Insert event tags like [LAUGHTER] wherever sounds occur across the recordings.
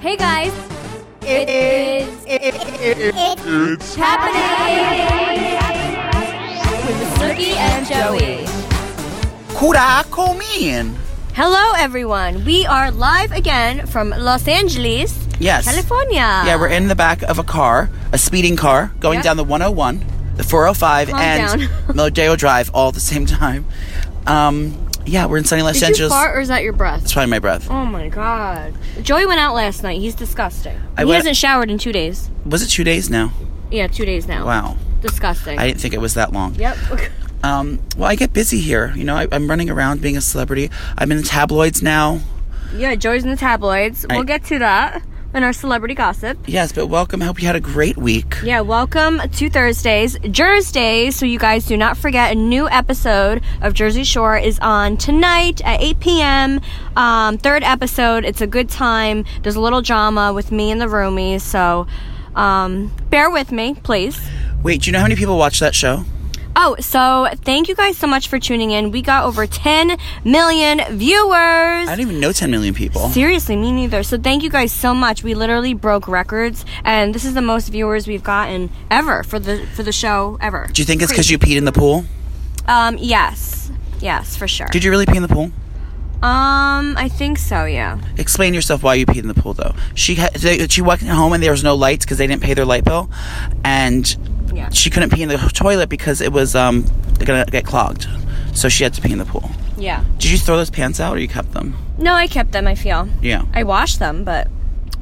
Hey guys, It is- It's happening with Snooki and Joey. Could I come in? Hello everyone. We are live again from Los Angeles, Yes. California. Yeah, we're in the back of a car, a speeding car, going Yep. down the 101, the 405, Calm and down. [LAUGHS] Rodeo Drive all at the same time. Um, yeah, we're in sunny Los Did you Angeles. fart or is that your breath? It's probably my breath. Oh my god. Joey went out last night. He's disgusting. I he went- hasn't showered in two days. Was it two days now? Yeah, two days now. Wow. Disgusting. I didn't think it was that long. yep. [LAUGHS] Um, well, I get busy here. You know, I, I'm running around being a celebrity. I'm in the tabloids now. yeah, Joey's in the tabloids. I- we'll get to that in our celebrity gossip. Yes, but welcome. Hope you had a great week. Yeah, welcome to Thursdays, Jersey. So you guys do not forget a new episode of Jersey Shore is on tonight at 8 p.m. Um, third episode. It's a good time. There's a little drama with me and the roomies, so um, bear with me, please. Wait, do you know how many people watch that show? Oh, so thank you guys so much for tuning in. We got over 10 million viewers. I don't even know 10 million people. Seriously, me neither. So thank you guys so much. We literally broke records, and this is the most viewers we've gotten ever for the for the show ever. Do you think it's because you peed in the pool? Um, yes, yes, for sure. Did you really pee in the pool? um, I think so. Yeah. Explain yourself why you peed in the pool, though. She ha- they, she walked home and there was no lights because they didn't pay their light bill, and Yeah. she couldn't pee in the toilet because it was um gonna get clogged, so she had to pee in the pool. Yeah. Did you throw those pants out or you kept them? No, I kept them. I feel. Yeah. I washed them, but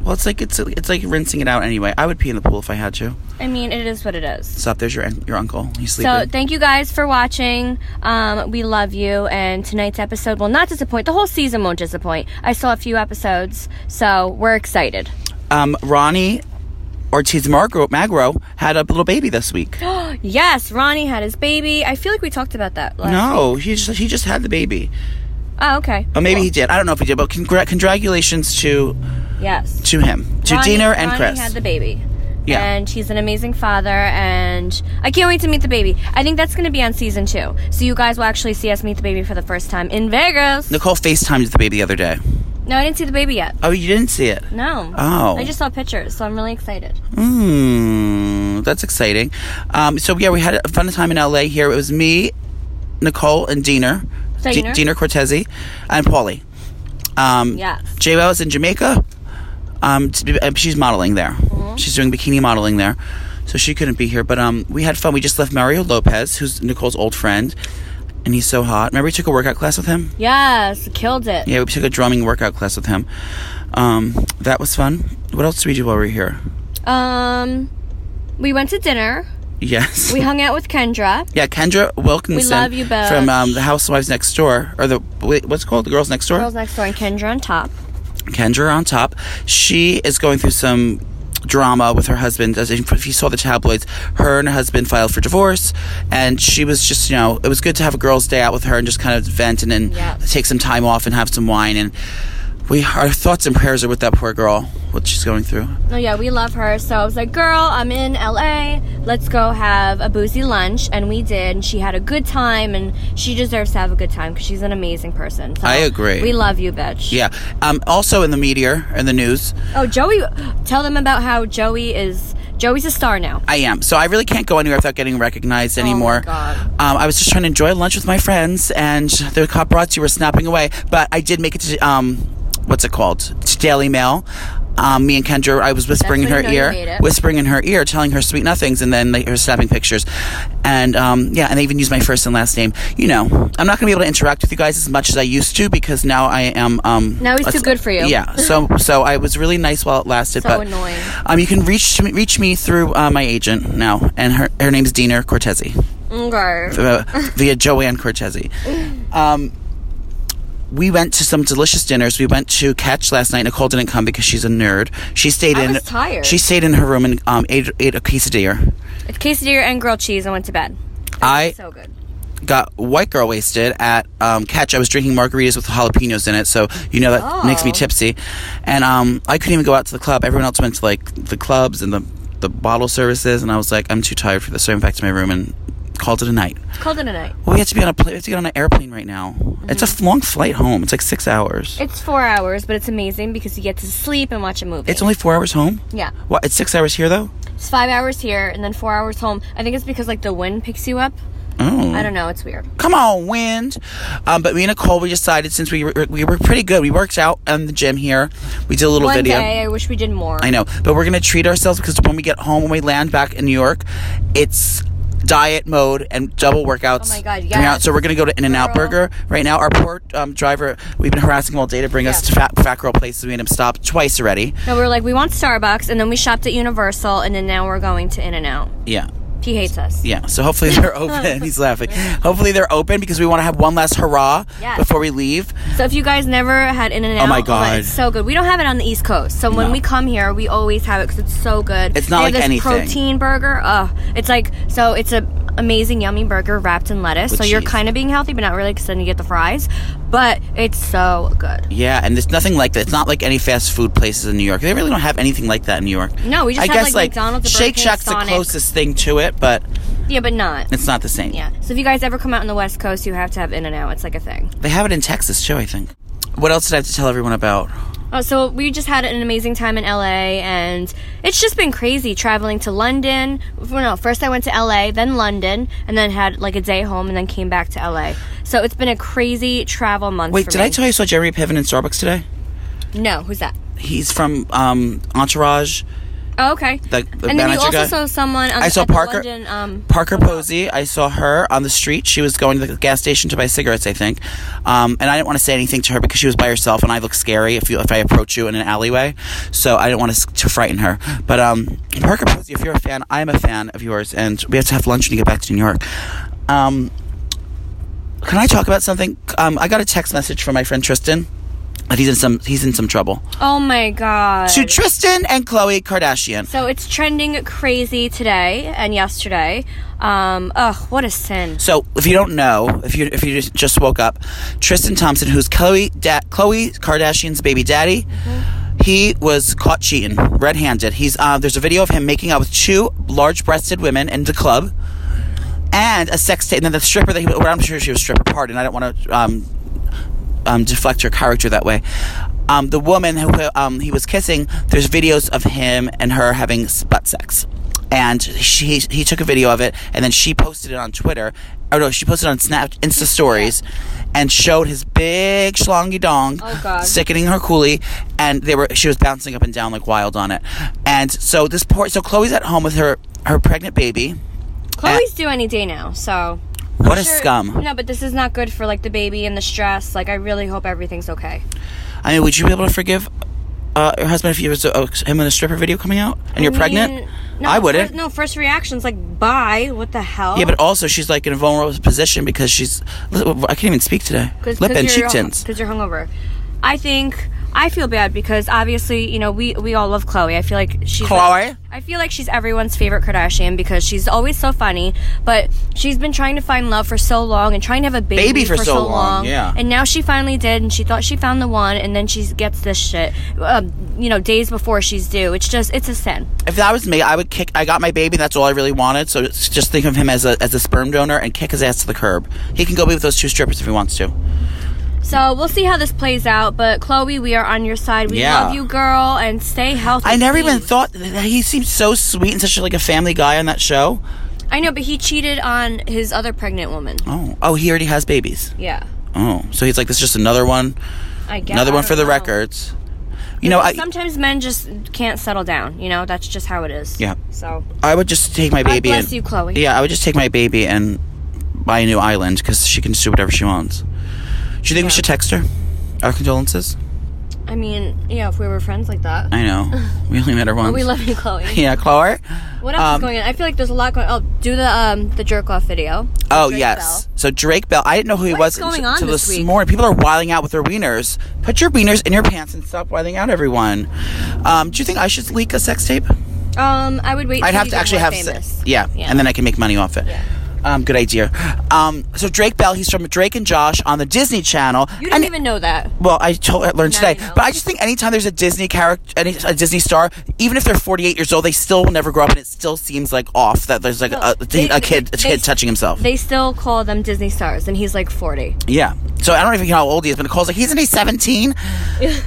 Well, it's like it's it's like rinsing it out anyway. I would pee in the pool if I had to. I mean, it is what it is. Stop. There's your un- your uncle. He's sleeping. So thank you guys for watching. Um, we love you, and tonight's episode will not disappoint. The whole season won't disappoint. I saw a few episodes, so we're excited. um, Ronnie Ortiz Magro, Magro had a little baby [GASPS] this week. Yes, Ronnie had his baby. I feel like we talked about that. Last no, he just he just had the baby. Oh, okay. Or maybe he did. I don't know if he did. But congra- congratulations to Yes. to him, to Ronnie- Dina and Ronnie Chris. had the baby. Yeah. And he's an amazing father, and I can't wait to meet the baby. I think that's going to be on season two. So you guys will actually see us meet the baby for the first time in Vegas. Nicole FaceTimed the baby the other day. No, I didn't see the baby yet. Oh, you didn't see it? No. Oh. I just saw pictures, so I'm really excited. Mm, that's exciting. Um, so, yeah, we had a fun time in LA here. It was me, Nicole, and Diener. Diener. Diener Cortese, and Paulie. Um, Yes. J Lo is in Jamaica. Um, t- uh, she's modeling there. Mm-hmm. She's doing bikini modeling there. So she couldn't be here. But um, we had fun. We just left Mario Lopez, who's Nicole's old friend. And he's so hot. Remember, we took a workout class with him? Yes, killed it. Yeah, we took a drumming workout class with him. Um, that was fun. What else did we do while we were here? Um, we went to dinner. Yes. We [LAUGHS] hung out with Kendra. yeah, Kendra Wilkinson. love you, Beth. From um, the Housewives Next Door, or the wait, what's it called the Girls Next Door. Girls next door and Kendra on top. Kendra on top. She is going through some drama with her husband. As if if you saw the tabloids, her and her husband filed for divorce, and she was just you know it was good to have a girls' day out with her and just kind of vent and then Yeah. take some time off and have some wine and. We, our thoughts and prayers are with that poor girl, what she's going through. Oh yeah, we love her. So I was like, girl, I'm in LA. Let's go have a boozy lunch, and we did. And she had a good time, and she deserves to have a good time because she's an amazing person. So I agree. We love you, bitch. Yeah. Um, also in the meteor in the news, Oh, Joey, tell them about how Joey is. Joey's a star now. I am. So I really can't go anywhere without getting recognized anymore. Oh God. Um, I was just trying to enjoy lunch with my friends, and the paparazzi were snapping away. But I did make it to um, what's it called? To Daily Mail. Um, me and Kendra, I was whispering in when her you know you made ear, it. whispering in her ear, telling her sweet nothings, and then they were snapping pictures. And um, yeah, and they even used my first and last name. You know, I'm not going to be able to interact with you guys as much as I used to because now I am. Um, Now he's a- too good for you. Yeah. So so I was really nice while it lasted. So but annoying. um, you can reach me, reach me through uh, my agent now, and her her name's Dina Cortese Okay. uh, via Joanne Cortese. Um, we went to some delicious dinners. We went to Catch last night. Nicole didn't come because she's a nerd. She stayed I in. was tired. She stayed in her room and um, ate ate a quesadilla. It's quesadilla and grilled cheese. I went to bed. I So good. got white girl wasted at um, Catch. I was drinking margaritas with jalapenos in it, so you know that Oh. makes me tipsy. And um, I couldn't even go out to the club. Everyone else went to like the clubs and the the bottle services, and I was like, I'm too tired for this. So I went back to my room and called it a night. Called it a night. Well, we have to be on a pla- we have to get on an airplane right now. It's a Mm-hmm. f- long flight home. It's like six hours. It's four hours, but it's amazing because you get to sleep and watch a movie. It's only four hours home. yeah. What? It's six hours here though. It's five hours here and then four hours home. I think it's because like the wind picks you up. Oh. I don't know. It's weird. Come on, wind. Um, but me and Nicole, we decided since we were, we were pretty good, we worked out in the gym here. We did a little One video. day, I wish we did more. I know, but we're gonna treat ourselves because when we get home, when we land back in New York, it's diet mode and double workouts. Oh my God, Coming out. yes. So we're gonna go to In-N-Out Girl. Burger right now. Our poor um, driver, we've been harassing him all day to bring us Yeah. to fat, fat girl places. We made him stop twice already. No, we were like, we want Starbucks, and then we shopped at Universal, and then now we're going to In and Out. Yeah. He hates us. Yeah, so [LAUGHS] hopefully they're open. [LAUGHS] He's laughing. Hopefully they're open because we want to have one last hurrah Yes. before we leave. So if you guys never had In and Out, Oh my God. it's so good. We don't have it on the East Coast, so when No. we come here, we always have it because it's so good. It's not They like have this anything. protein burger. Ugh, it's like so. It's a amazing, yummy burger wrapped in lettuce. With so you're cheese. kind of being healthy, but not really because then you get the fries. But it's so good. Yeah, and there's nothing like that. It's not like any fast food places in New York. They really don't have anything like that in New York. No, we just I have, like, guess like McDonald's, the Burger Shake King, Shack's Sonic. the closest thing to it, but Yeah, but not. it's not the same. Yeah. So if you guys ever come out on the West Coast, you have to have In and Out. It's like a thing. They have it in Texas too, I think. What else did I have to tell everyone about? Oh, so we just had an amazing time in LA, and it's just been crazy traveling to London. Well, no, first I went to LA, then London, and then had like a day home, and then came back to LA. So it's been a crazy travel month. Wait, for did me. I tell you I saw Jeremy Piven in Starbucks today? No, who's that? He's from um, Entourage. Oh, okay. The- the and then you manager also guy? saw someone. On I the, saw at the Parker- London, um, Parker Posey, I saw her on the street. She was going to the gas station to buy cigarettes, I think. Um, and I didn't want to say anything to her because she was by herself, and I look scary if you if I approach you in an alleyway. So I didn't want to, s- to frighten her. But um, Parker Posey, if you're a fan, I'm a fan of yours, and we have to have lunch when you get back to New York. Um, can I talk about something? Um, I got a text message from my friend Tristan. that He's in some he's in some trouble. oh my god. To Tristan and Chloe Kardashian. so it's trending crazy today and yesterday. Um, ugh, what a sin. So, if you don't know, if you if you just, just woke up, Tristan Thompson, who's Chloe da- Chloe Kardashian's baby daddy, he was caught cheating red-handed. He's uh, there's a video of him making out with two large-breasted women in the club, and a sex tape. And then the stripper that he, well, I'm sure she was stripper. Pardon, I don't want to um, um, deflect her character that way. Um, the woman who um, he was kissing, there's videos of him and her having s- butt sex. And she, he took a video of it, and then she posted it on Twitter. Oh no, she posted it on Snap Insta Stories, and showed his big schlongy dong Oh, God. sickening her coolie, and they were she was bouncing up and down like wild on it. And so this poor so Chloe's at home with her her pregnant baby. Chloe's due any day now, so. What a Sure- scum! No, but this is not good for like the baby and the stress. Like, I really hope everything's okay. I mean, would you be able to forgive uh, your husband if you was uh, him in a stripper video coming out and you're I pregnant? mean, No, I first- wouldn't. no, first reaction's like, bye. What the hell? Yeah, but also she's like in a vulnerable position because she's I can't even speak today. Lip and cheek tints. Because you're hungover. I think I feel bad because obviously, you know, we we all love Chloe. I feel like she's like- Khloe? I feel like she's everyone's favorite Kardashian because she's always so funny, but she's been trying to find love for so long and trying to have a baby, Baby for so long, yeah. And now she finally did, and she thought she found the one, and then she gets this shit, uh, you know, days before she's due. It's just, it's a sin. If that was me, I would kick. I got my baby. That's all I really wanted. So s- just think of him as a as a sperm donor and kick his ass to the curb. He can go be with those two strippers if he wants to. So we'll see how this plays out, but Chloe, we are on your side. We Yeah. love you, girl, and stay healthy. I never even please. thought that he seemed so sweet and such like a family guy on that show. I know, but he cheated on his other pregnant woman. Oh, oh, he already has babies. Yeah. Oh, so he's like this is just another one, I guess. another I one don't for the know. records. You know, I Sometimes men just can't settle down. You know, that's just how it is. Yeah. So I would just take my baby. bless and, you, Chloe. Yeah, I would just take my baby and buy a new island because she can just do whatever she wants. Do you think we should text her? Our condolences. I mean, yeah, if we were friends like that, [LAUGHS] I know we only met her once. we love you, Chloe. [LAUGHS] Yeah, Chloe. What else Um, is going on? I feel like there's a lot going. Oh, do the um the jerk off video. Oh Drake yes. Bell. So Drake Bell. I didn't know who he What was is going until on this week? morning. People are wiling out with their wieners. Put your wieners in your pants and stop wiling out, everyone. Um, do you think I should leak a sex tape? Um, I would wait. I'd till have you to get actually more have famous. se- yeah, Yeah. and then I can make money off it. Um, good idea. Um, so Drake Bell, he's from Drake and Josh on the Disney Channel. You didn't And- even know that. Well, I told, I learned Now today, you know. but I just think anytime there's a Disney character, any, a Disney star, even if they're 48 years old, they still will never grow up, and it still seems like off that there's like Well, a, a, they- a kid, a they- kid touching himself. They still call them Disney stars, and he's like 40. Yeah. So I don't even know how old he is, but Nicole's like, he's in [LAUGHS] his 17.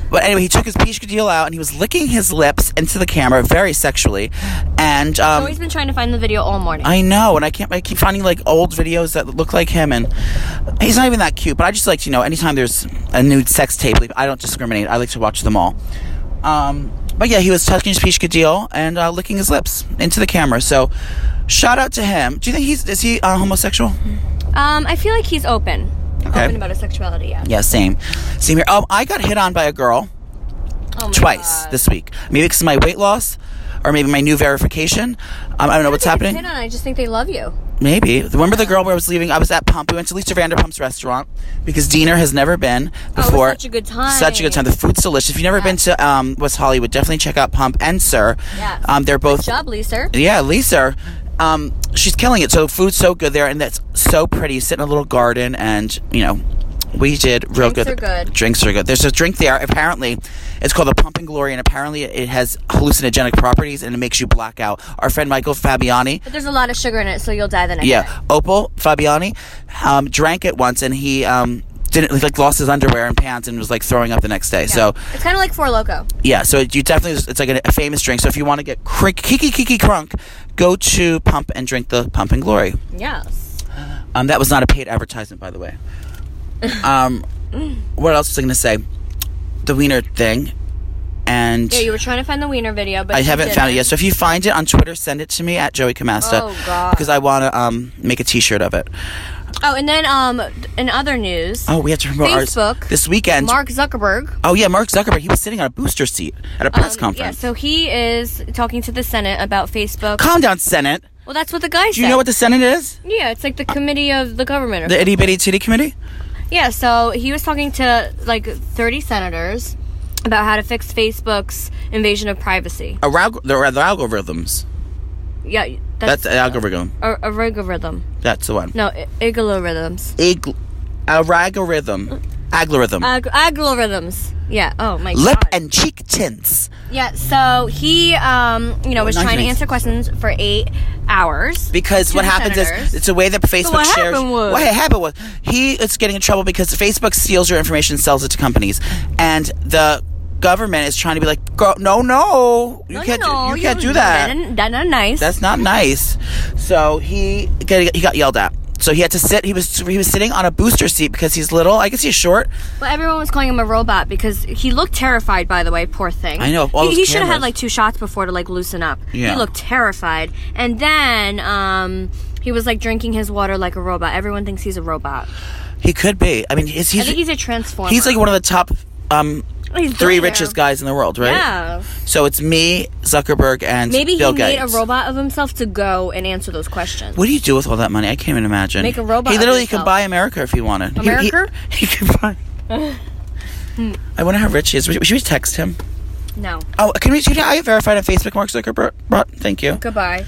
but anyway, he took his deal out and he was licking his lips into the camera very sexually. And um, Always been trying to find the video all morning. I know, and I can't. I keep finding like old videos that look like him, and he's not even that cute. But I just like to you know, anytime there's a nude sex tape, like, I don't discriminate. I like to watch them all. Um, but yeah, he was touching his Pishkadil and uh, licking his lips into the camera. So, shout out to him. Do you think he's is he uh, homosexual? um, I feel like he's open, Okay. open about his sexuality. Yeah. Yeah, same, same here. Um, I got hit on by a girl. Oh my twice God. this week. Maybe because of my weight loss, or maybe my new verification. Um, I don't know what's I don't think happening. it's hit on, I just think they love you. Maybe. Remember the girl where I was leaving? I was at Pump. We went to Lisa Vanderpump's restaurant because Diener has never been Oh, was before. such a good time. Such a good time. The food's delicious. If you've never been to um, West Hollywood, definitely check out Pump and Sir. Yes. Um, they're both. Job, Lisa. Yeah, Lisa. Um, she's killing it. So food's so good there, and that's so pretty. You sit in a little garden, and you know, we did real Drinks good. are good. Drinks are good. There's a drink there. Apparently, it's called the Pumping Glory, and apparently it has hallucinogenic properties, and it makes you black out. Our friend Michael Fabiani. But there's a lot of sugar in it, so you'll die the next Yeah, day. Opal Fabiani um, drank it once, and he um, didn't like lost his underwear and pants, and was like throwing up the next day. So It's kind of like Four Loco. yeah, so you definitely it's like a, a famous drink. So if you want to get cr- kiki kiki crunk, go to Pump and drink the Pump and Glory. Yes. Um, that was not a paid advertisement, by [LAUGHS] the way. Um, what else was I going to say? The wiener thing, and Yeah, you were trying to find the wiener video, but I you haven't didn't. found it yet. So if you find it on Twitter, send it to me at Joey Camasta Oh, God. because I want to um, make a T-shirt of it. Oh, and then um, in other news, Oh, we have to promote ours Facebook, this weekend. Mark Zuckerberg. Oh yeah, Mark Zuckerberg. He was sitting on a booster seat at a press um, Yeah, conference. so he is talking to the Senate about Facebook. Calm down, Senate. well, that's what the guy Do said. you know what the Senate is? yeah, it's like the committee of the government. Or The itty bitty titty committee. Yeah, so he was talking to like 30 senators about how to fix Facebook's invasion of privacy. Arag- the, the algorithms. Yeah, That's that's, the algorithm. a, a algorithm. That's the one. No, I- algorithms. Ig- algorithm. Algorithm. Ag- algorithms. Yeah. Oh my Lip Uh, god. and cheek tints. yeah. So he, um, you know, was trying to 1980s. answer questions for eight hours. Because To what the happens senators. is it's the way that Facebook what shares. happened was- what happened was he is getting in trouble because Facebook steals your information, sells it to companies, and the government is trying to be like, "Girl, no, no, you No, can't, do- no, you can't do That ain't- that not nice. That's not nice. So he got, he got yelled at. So he had to sit. He was he was sitting on a booster seat because he's little. I guess he's short. Well, everyone was calling him a robot because he looked terrified. By the way, poor thing. I know, all he those he should have had cameras. like two shots before to like loosen up. Yeah. He looked terrified, and then um, he was like drinking his water like a robot. Everyone thinks he's a robot. He could be. I mean, he's I he's, think he's, he's a transformer. like one of the top um, He's three billionaire. richest guys in the world, right? Yeah. So it's me, Zuckerberg, and Maybe Bill he Gates. made a robot of himself to go and answer those questions. What do you do with all that money? I can't even imagine. Make a robot He of literally himself. could buy America if he wanted. He- he- America? [LAUGHS] Hmm. He, [LAUGHS] could buy. I wonder how rich he is. Should we- should we text him? No. Oh, can we? Can I verified on Facebook, Mark Zuckerberg? Thank you. Goodbye.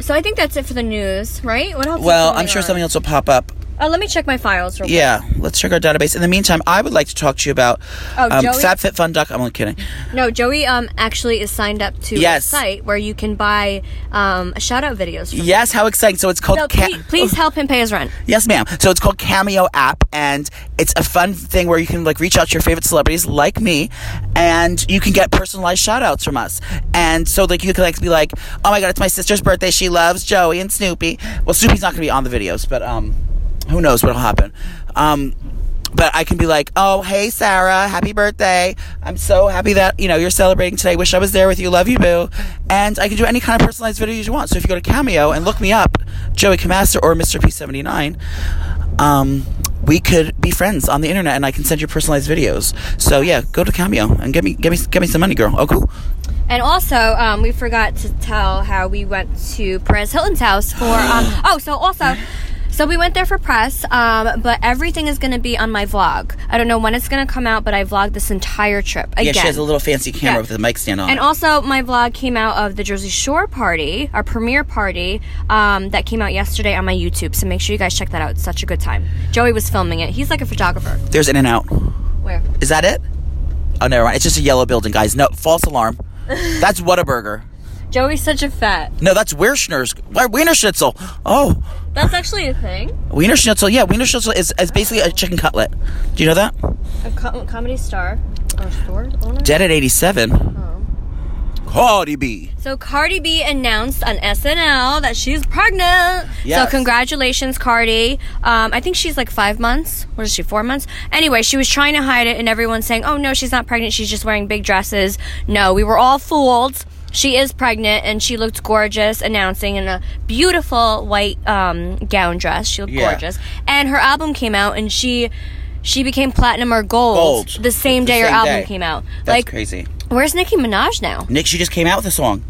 So I think that's it for the news, right? What else? is Well, going I'm sure on? something else will pop up. Oh, let me check my files real quick. Yeah, let's check our database. In the meantime, I would like to talk to you about Oh, um, Joey- FabFitFun.com. I'm only kidding. No, Joey um actually is signed up to Yes. a site where you can buy um shout out videos. From Yes, how exciting! So it's called so Ca- Oh. please, please help him pay his rent. Yes, ma'am. So it's called Cameo app, and it's a fun thing where you can like reach out to your favorite celebrities, like me, and you can get personalized shout outs from us. And so like you can like be like, oh my god, it's my sister's birthday. She loves Joey and Snoopy. Well, Snoopy's not gonna be on the videos, but um, who knows what'll happen. Um. But I can be like, oh, hey, Sarah, happy birthday. I'm so happy that, you know, you're celebrating today. Wish I was there with you. Love you, boo. And I can do any kind of personalized video you want. So if you go to Cameo and look me up, Joey Camaster or Mr. P79, um, we could be friends on the internet, and I can send you personalized videos. So yeah, go to Cameo and get me, get me, get me some money, girl. Oh, cool. And also, um, we [GASPS] forgot to tell how we went to Perez Hilton's house for um oh so also So we went there for press, um, but everything is going to be on my vlog. I don't know when it's going to come out, but I vlogged this entire trip. Again. Yeah, she has a little fancy camera Yeah. with a mic stand on. And it. also, my vlog came out of the Jersey Shore party, our premiere party, um, that came out yesterday on my YouTube. So make sure you guys check that out. It's such a good time. Joey was filming it. He's like a photographer. There's In and Out. Where? Is that it? Oh, never mind. It's just a yellow building, guys. No, [LAUGHS] false alarm. That's Whataburger. Joey's such a fat. No, that's Wienerschnitzel. Why Wiener Schnitzel? Oh, That's actually a thing. Wiener Schnitzel. Yeah, Wiener Schnitzel is, is basically a chicken cutlet. Do you know that? A com- comedy star or store owner. Dead at 87. Oh. Cardi B. So Cardi B announced on SNL that she's pregnant. Yes. So congratulations, Cardi. Um, I think she's like five months. What is she? Four months. Anyway, she was trying to hide it, and everyone's saying, "Oh no, she's not pregnant. She's just wearing big dresses." No, we were all fooled. She is pregnant, and she looked gorgeous, announcing in a beautiful white um, gown dress. She looked Yeah. gorgeous, and her album came out, and she she became platinum or gold, Gold. the same The day her same album day. came out. That's like, crazy. where's Nicki Minaj now? Nick, she just came out with a song.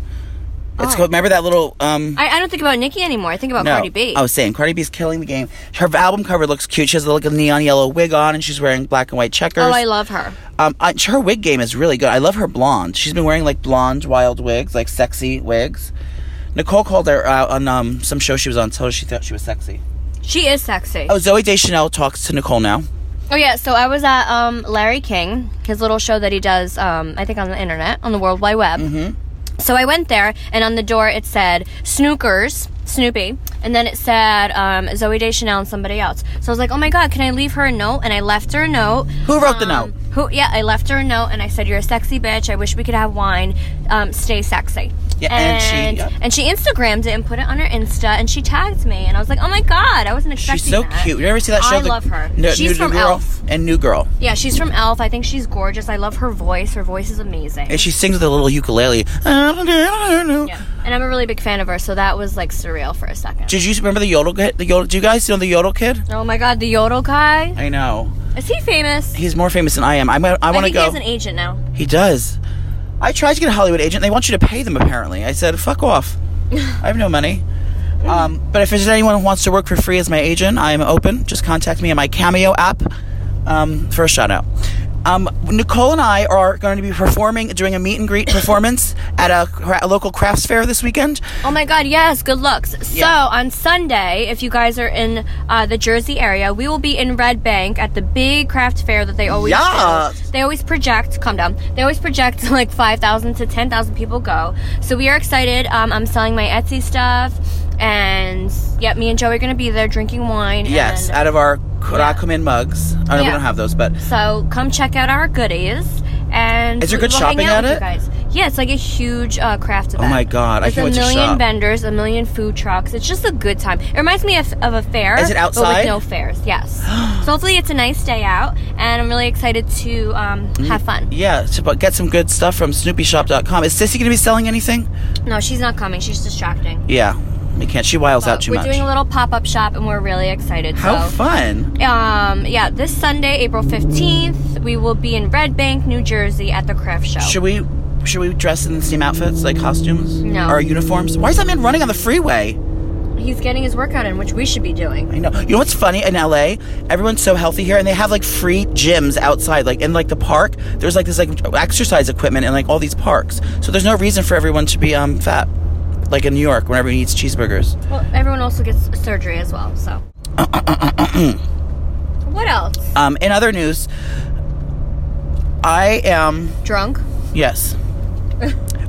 It's Oh. called, remember that little, um, I, I don't think about Nicki anymore. I think about Cardi B. I was saying Cardi B's killing the game. Her album cover looks cute. She has like a neon yellow wig on, and she's wearing black and white checkers. oh, I love her. um, I, her wig game is really good. I love her blonde. She's been wearing like blonde wild wigs, like sexy wigs. Nicole called her out on um, some show she was on, told her she thought she was sexy. She is sexy. Oh, Zoe Deschanel talks to Nicole now. Oh yeah, so I was at um, Larry King, his little show that he does, um, I think on the internet, on the World Wide Web. Mm-hmm. So I went there, and on the door it said Snookers, Snoopy, and then it said um, Zoe Deschanel and somebody else. So I was like, oh my god, can I leave her a note? And I left her a note. Who wrote the Um, note? Who? Yeah, I left her a note, and I said, "You're a sexy bitch. I wish we could have wine. Um, stay sexy." Yeah, and she- and, yeah. and she Instagrammed it and put it on her Insta, and she tagged me, and I was like, "Oh my god, I wasn't expecting." She's so that. cute. You ever see that show? I love her. She's New from Girl Elf. and New Girl, Yeah, she's from Elf. I think she's gorgeous. I love her voice. Her voice is amazing. and she sings with a little ukulele. Yeah. yeah. And I'm a really big fan of her, so that was like surreal for a second. Did you remember the yodel kid? The yodel? Do you guys know the yodel kid? oh my god, the Yodel guy. I know. Is he famous? He's more famous than I am. I'm, I, I I want to think go. he has an agent now. He does. I tried to get a Hollywood agent. They want you to pay them, apparently. I said, fuck off. I have no money. Um, but if there's anyone who wants to work for free as my agent, I am open. Just contact me on my Cameo app um, for a shout out. Um, Nicole and I are going to be performing, doing a meet and greet performance at a, cra- a local crafts fair this weekend. Oh my god, yes, good looks. Yeah. So on Sunday, if you guys are in uh, the Jersey area, we will be in Red Bank at the big craft fair that they always do. Yes. They always project, calm down, they always project [LAUGHS] like 5,000 to 10,000 people go. So we are excited. Um, I'm selling my Etsy stuff. And yeah, me and Joey are going to be there drinking wine. Yes, and- out of our Kurakumin mugs. I know we Yeah. don't have those, but oh so come check out our goodies. And Is there we- good we'll hang shopping out at with it? Oh You guys. Yeah, it's like a huge uh, craft event. my God, I There's a can't wait to million shop. vendors, a million food trucks. It's just a good time. It reminds me of, of a fair. Is it But outside? with no fairs, [GASPS] yes. so hopefully it's a nice day out, and I'm really excited to um, Mm. have fun. yeah, to bu- get some good stuff from SnoopyShop.com. Is Sissy going to be selling anything? No, she's not coming. She's distracting. Yeah, we can't. She wiles out But too we're much. doing a little pop-up shop, and we're really excited. How so. fun! Um, yeah, this Sunday, April 15th, we will be in Red Bank, New Jersey at the craft show. Should we? Should we dress in the same outfits, like costumes? No. Or uniforms? Why is that man running on the freeway? He's getting his workout in, which we should be doing. I know. You know what's funny in LA? Everyone's so healthy here, and they have like free gyms outside, like in like the park. There's like this like exercise equipment in like all these parks. So there's no reason for everyone to be um fat, like in New York, when everyone eats cheeseburgers. Well, everyone also gets surgery as well, [COUGHS] so. what else? Um, in other news, I am Drunk. [LAUGHS] yes.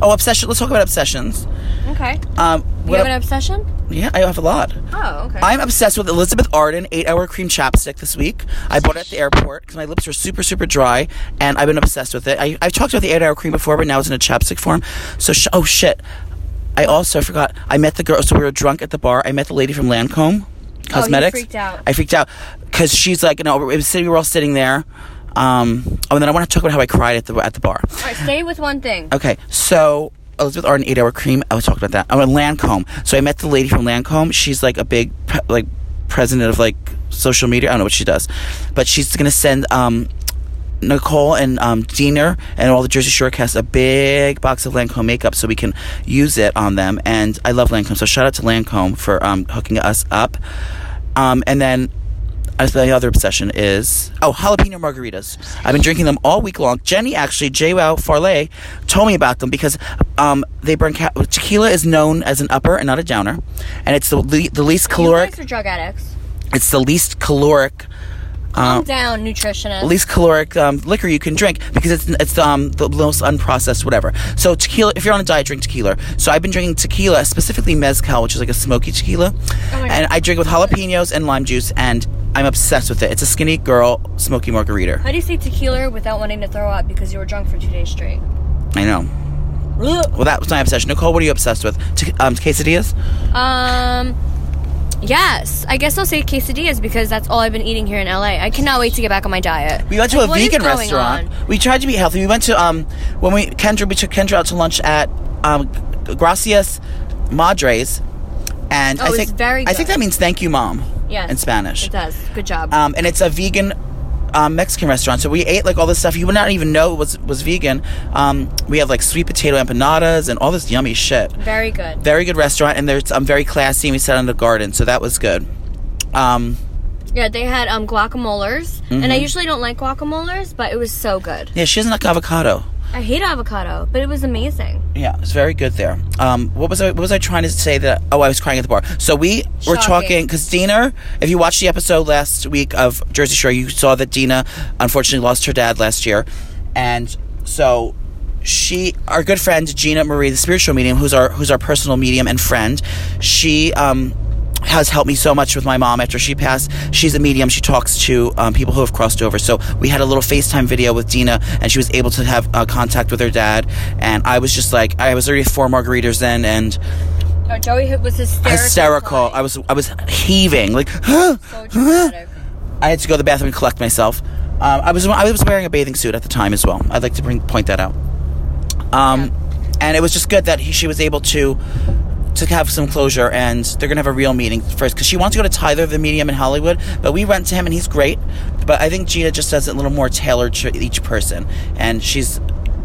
oh, obsession. Let's talk about obsessions. Okay. Um, You what- have an obsession? yeah, I have a lot. Oh, okay. I'm obsessed with Elizabeth Arden eight hour cream chapstick this week. I bought it at the airport because my lips are super, super dry, and I've been obsessed with it. I, I've talked about the eight hour cream before, but now it's in a chapstick form. So, sh- oh shit. I also forgot. I met the girl, so we were drunk at the bar. I met the lady from Lancome Cosmetics. Oh, freaked out. I freaked out because she's like, no, it was sitting, we were all sitting there. Um, oh, and then I want to talk about how I cried at the at the bar. All right, stay with one thing. Okay, so Elizabeth Arden eight hour cream. I was talking about that. I'm in Lancome. So I met the lady from Lancome. She's like a big pre- like president of like social media. I don't know what she does, but she's gonna send um. Nicole and um, Diener and all the Jersey Shore cast a big box of Lancome makeup so we can use it on them. And I love Lancome, so shout out to Lancome for um, hooking us up. Um, and then uh, the other obsession is oh jalapeno margaritas. I've been drinking them all week long. Jenny actually, J. Wow Farley, told me about them because um, they burn ca- tequila is known as an upper and not a downer, and it's the le- the least You caloric. guys are drug addicts. It's the least caloric. Calm Um, down, nutritionist. least caloric um, liquor you can drink because it's it's um, the most unprocessed whatever. So tequila, if you're on a diet, drink tequila. So I've been drinking tequila, specifically mezcal, which is like a smoky tequila, my and I drink with jalapenos and lime juice, and I'm obsessed with it. It's a skinny girl smoky margarita. How do you say tequila without wanting to throw up because you were drunk for two days straight? I know. Well, that was my obsession. Nicole, what are you obsessed with? Te- um, quesadillas. Um, yes, I guess I'll say quesadillas because that's all I've been eating here in LA. I cannot wait to get back on my diet. We went to Like, a what is vegan going restaurant. on? We tried to be healthy. We went to um when we Kendra we took Kendra out to lunch at um Gracias Madres, and Oh, I it's think very I think good. that means thank you, mom. Yes. in Spanish. It does. Good job. Um, and it's a vegan. Um, Mexican restaurant, so we ate like all this stuff you would not even know was was vegan. Um, we have like sweet potato empanadas and all this yummy shit. Very good. Very good restaurant, and there's um very classy. And we sat in the garden, so that was good. Um, Yeah, they had um guacamoles, and Mm-hmm. I usually don't like guacamoles, but it was so good. yeah, she doesn't like avocado. I hate avocado, but it was amazing. Yeah, it's very good there. Um, what was I? What was I trying to say? That oh, I was crying at the bar. So we were Shocking. talking because Dina. If you watched the episode last week of Jersey Shore, you saw that Dina unfortunately lost her dad last year, and so she, our good friend Gina Marie, the spiritual medium, who's our who's our personal medium and friend, she um has helped me so much with my mom after she passed. She's a medium. She talks to um, people who have crossed over. So we had a little FaceTime video with Dina, and she was able to have uh, contact with her dad. And I was just like, I was already four margaritas in, and Oh, Joey was hysterical. hysterical. I was, I was heaving, like, [GASPS] so dramatic. I had to go to the bathroom and collect myself. Um, I was I was wearing a bathing suit at the time as well. I'd like to bring point that out. Um, And it was just good that he, she was able to to have some closure, and they're gonna have a real meeting first because she wants to go to Tyler, the medium in Hollywood. But we went to him, and he's great. But I think Gina just does it a little more tailored to each person, and she's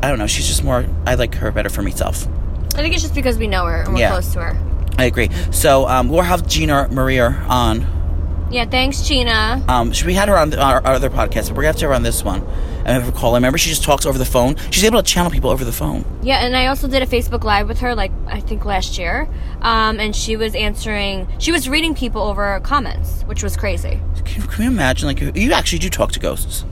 I don't know, she's just more. I like her better for myself. I think it's just because we know her and we're Yeah. close to her. I agree. So um, we'll have Gina Maria on. Yeah, thanks, Gina. Um, she- we had her on the, our, our other podcast, but we're gonna have to have her on this one. I have her call. I remember she just talks over the phone. She's able to channel people over the phone. Yeah, and I also did a Facebook Live with her, like I think last year, um, and she was answering. She was reading people over comments, which was crazy. Can, can you imagine? Like you actually do talk to ghosts.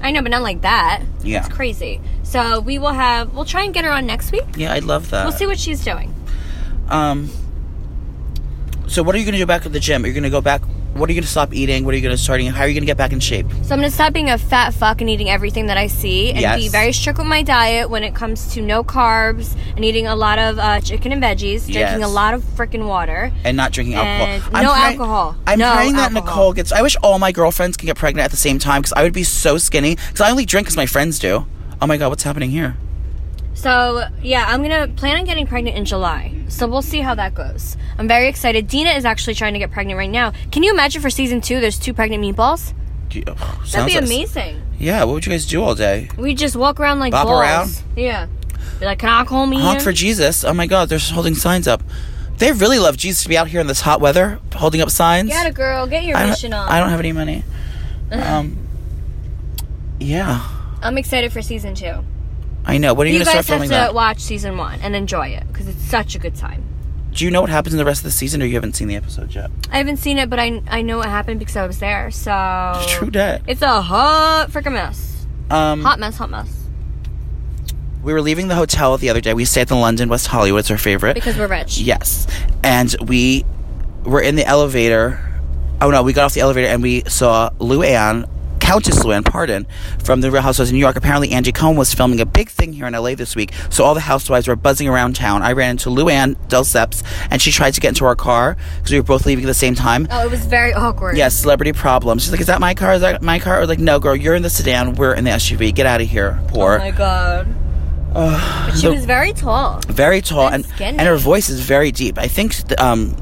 I know, but not like that. Yeah. it's crazy. So we will have. We'll try and get her on next week. Yeah, I love that. We'll see what she's doing. Um. So what are you gonna do back at the gym? Are you gonna go back? What are you gonna stop eating? What are you gonna starting? How are you gonna get back in shape? So I'm gonna stop being a fat fuck and eating everything that I see, and Yes. be very strict with my diet when it comes to no carbs and eating a lot of uh, chicken and veggies, drinking Yes. a lot of freaking water. and not drinking And alcohol. Eh, no alcohol. I'm No praying that alcohol. Nicole gets. I wish all my girlfriends can get pregnant at the same time because I would be so skinny. Because I only drink because my friends do. Oh my god, what's happening here? So yeah, I'm gonna plan on getting pregnant in July. So we'll see how that goes. I'm very excited. Dina is actually trying to get pregnant right now. Can you imagine for season two? There's two pregnant meatballs. Do you- oh, That'd sounds be like- amazing. Yeah, what would you guys do all day? We just walk around like Bop balls. around? Yeah. Be like, can I call me? Honk for Jesus. Oh my God, they're holding signs up. They really love Jesus to be out here in this hot weather holding up signs. Get a girl. Get your I, mission don't, on. I don't have any money. [LAUGHS] Um, yeah, I'm excited for season two. I know. When are you, You going to guys have start to filming that? watch season one and enjoy it because it's such a good time. Do you know what happens in the rest of the season or you haven't seen the episode yet? I haven't seen it, but I I know what happened because I was there. So True debt. It's a hot freaking mess. Um, Hot mess. Hot mess. We were leaving the hotel the other day. We stayed at the London West Hollywood. It's our favorite. Because we're rich. Yes. And we were in the elevator. Oh no, we got off the elevator and we saw Lou Anne, Countess Lou Anne, pardon, from the Real Housewives of New York. Apparently, Angie Cohen was filming a big thing here in LA this week, so all the housewives were buzzing around town. I ran into Lou Anne Delceps, and she tried to get into our car because we were both leaving at the same time. Oh, it was very awkward. Yeah, celebrity problems. She's like, "Is that my car? Is that my car?" Or like, "No, girl, you're in the sedan. We're in the SUV. Get out of here, poor." Oh my god. but she Uh, the- was very tall. very tall That's and skinny. and her voice is very deep. I think th- um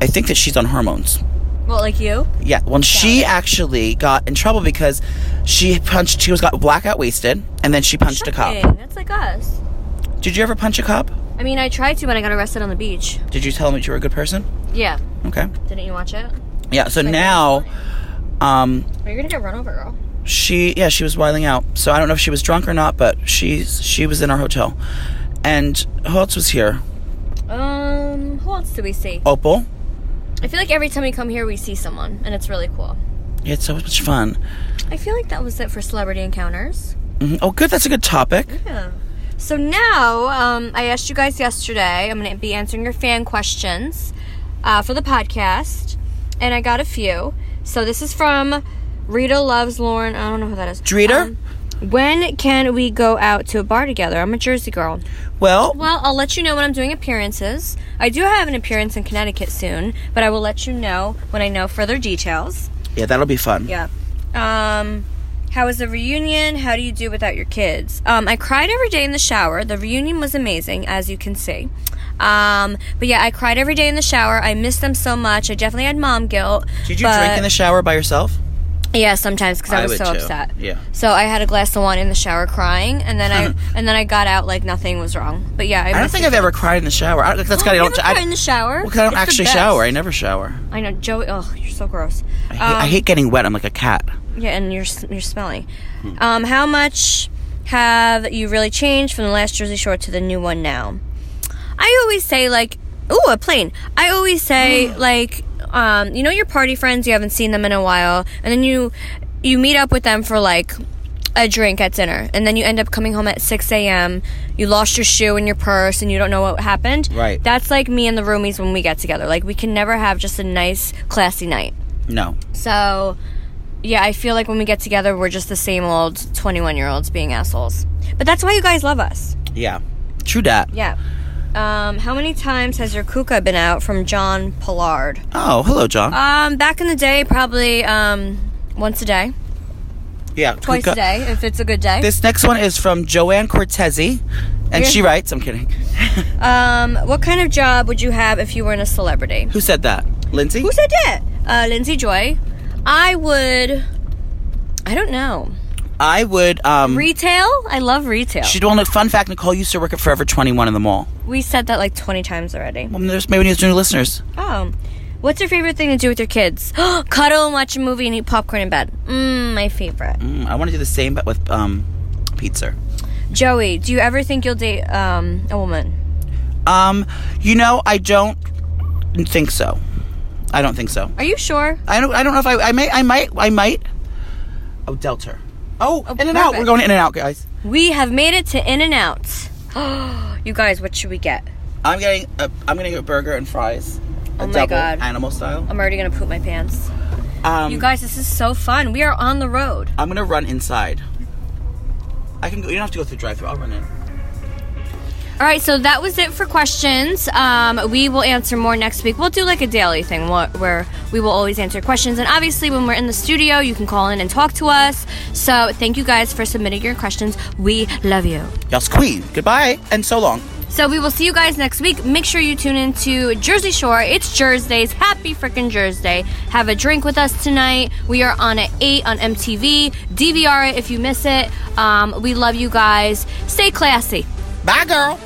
I think that she's on hormones. Well, like you. Yeah, when she actually got in trouble because she punched she was got blackout wasted and then she punched a Shocking. cop. That's like us. Did you ever punch a cop? I mean, I tried to when I got arrested on the beach. Did you tell him that you were a good person? Yeah. Okay. Didn't you watch it? Yeah, so now um You're gonna get run over, girl. she yeah, she was wiling out. So I don't know if she was drunk or not, but she's she was in our hotel. And who else was here? Um, who else do we see? Opal. I feel like every time we come here, we see someone, and it's really cool. Yeah, it's so much fun. I feel like that was it for celebrity encounters. Mhm. Oh, good. That's a good topic. Yeah. So now, um, I asked you guys yesterday. I'm gonna be answering your fan questions uh, for the podcast, and I got a few. So this is from Rita loves Lauren. I don't know who that is. Drita? Um, when can we go out to a bar together? I'm a Jersey girl. Well, Well, I'll let you know when I'm doing appearances. I do have an appearance in Connecticut soon, but I will let you know when I know further details. yeah, that'll be fun. Yeah. Um, how was the reunion? How do you do without your kids? Um, I cried every day in the shower. The reunion was amazing, as you can see. Um, but yeah, I cried every day in the shower. I missed them so much. I definitely had mom guilt. Did you drink in the shower by yourself? Yeah, sometimes because I, I was would so too. upset. Yeah. So I had a glass of wine in the shower, crying, and then [LAUGHS] I and then I got out like nothing was wrong. But yeah, I don't missed think it. I've ever cried in the shower. I, that's Oh, got I you don't. ever I, cry in the shower. Well, 'cause I don't It's the actually best. shower. I never shower. I know, Joey. Oh, you're so gross. I hate, Um, I hate getting wet. I'm like a cat. Yeah, and you're s- you're smelly. Um, how much have you really changed from the last Jersey Shore to the new one now? I always say like, ooh, a plane. I always say like, um, you know your party friends you haven't seen them in a while, and then you you meet up with them for like a drink at dinner, and then you end up coming home at six a.m. You lost your shoe and your purse, and you don't know what happened. Right. That's like me and the roomies when we get together. Like we can never have just a nice, classy night. No. So, yeah, I feel like when we get together, we're just the same old 21 year olds being assholes. But that's why you guys love us. Yeah. True dat. Yeah. Um, how many times has your kuka been out from John Pollard? Oh, hello, John. Um, back in the day, probably um, once a day, yeah. twice Kuka. a day, if it's a good day. This next one is from Joanne Cortezi, and Yeah. she writes. I'm kidding. um, what kind of job would you have if you weren't a celebrity? Who said that? Lindsay. Who said that? Uh, Lindsay Joy. I would. I don't know. I would. Um. Retail? I love retail. She'd want a fun fact. Nicole used to work at Forever 21 in the mall. we said that like 20 times already. Well, there's maybe there's new listeners. Oh. What's your favorite thing to do with your kids? [GASPS] Cuddle and watch a movie and eat popcorn in bed. Mmm, my favorite. Mm, I want to do the same, but with um, pizza. Joey, do you ever think you'll date um, a woman? Um, you know, I don't think so. I don't think so. Are you sure? I don't. I don't know if I. I may. I might. I might. Oh, Delta. Oh, In and Out. We're perfect. going to In and Out, guys. We have made it to In and Out. [GASPS] you guys, what should we get? I'm getting. A, I'm gonna get a burger and fries. Oh a my double, God. Animal style. I'm already gonna poop my pants. Um, You guys, this is so fun. We are on the road. I'm gonna run inside. I can go. You don't have to go through drive-through. I'll run in. All right, so that was it for questions. Um, we will answer more next week. We'll do like a daily thing wha- where we will always answer questions. And obviously, when we're in the studio, you can call in and talk to us. So thank you guys for submitting your questions. We love you. Y'all's queen. Goodbye and so long. So we will see you guys next week. Make sure you tune in to Jersey Shore. It's Jersey's. Happy frickin' Jersey. Have a drink with us tonight. We are on at 8 on MTV. DVR it if you miss it. Um, we love you guys. Stay classy. Bye, girl.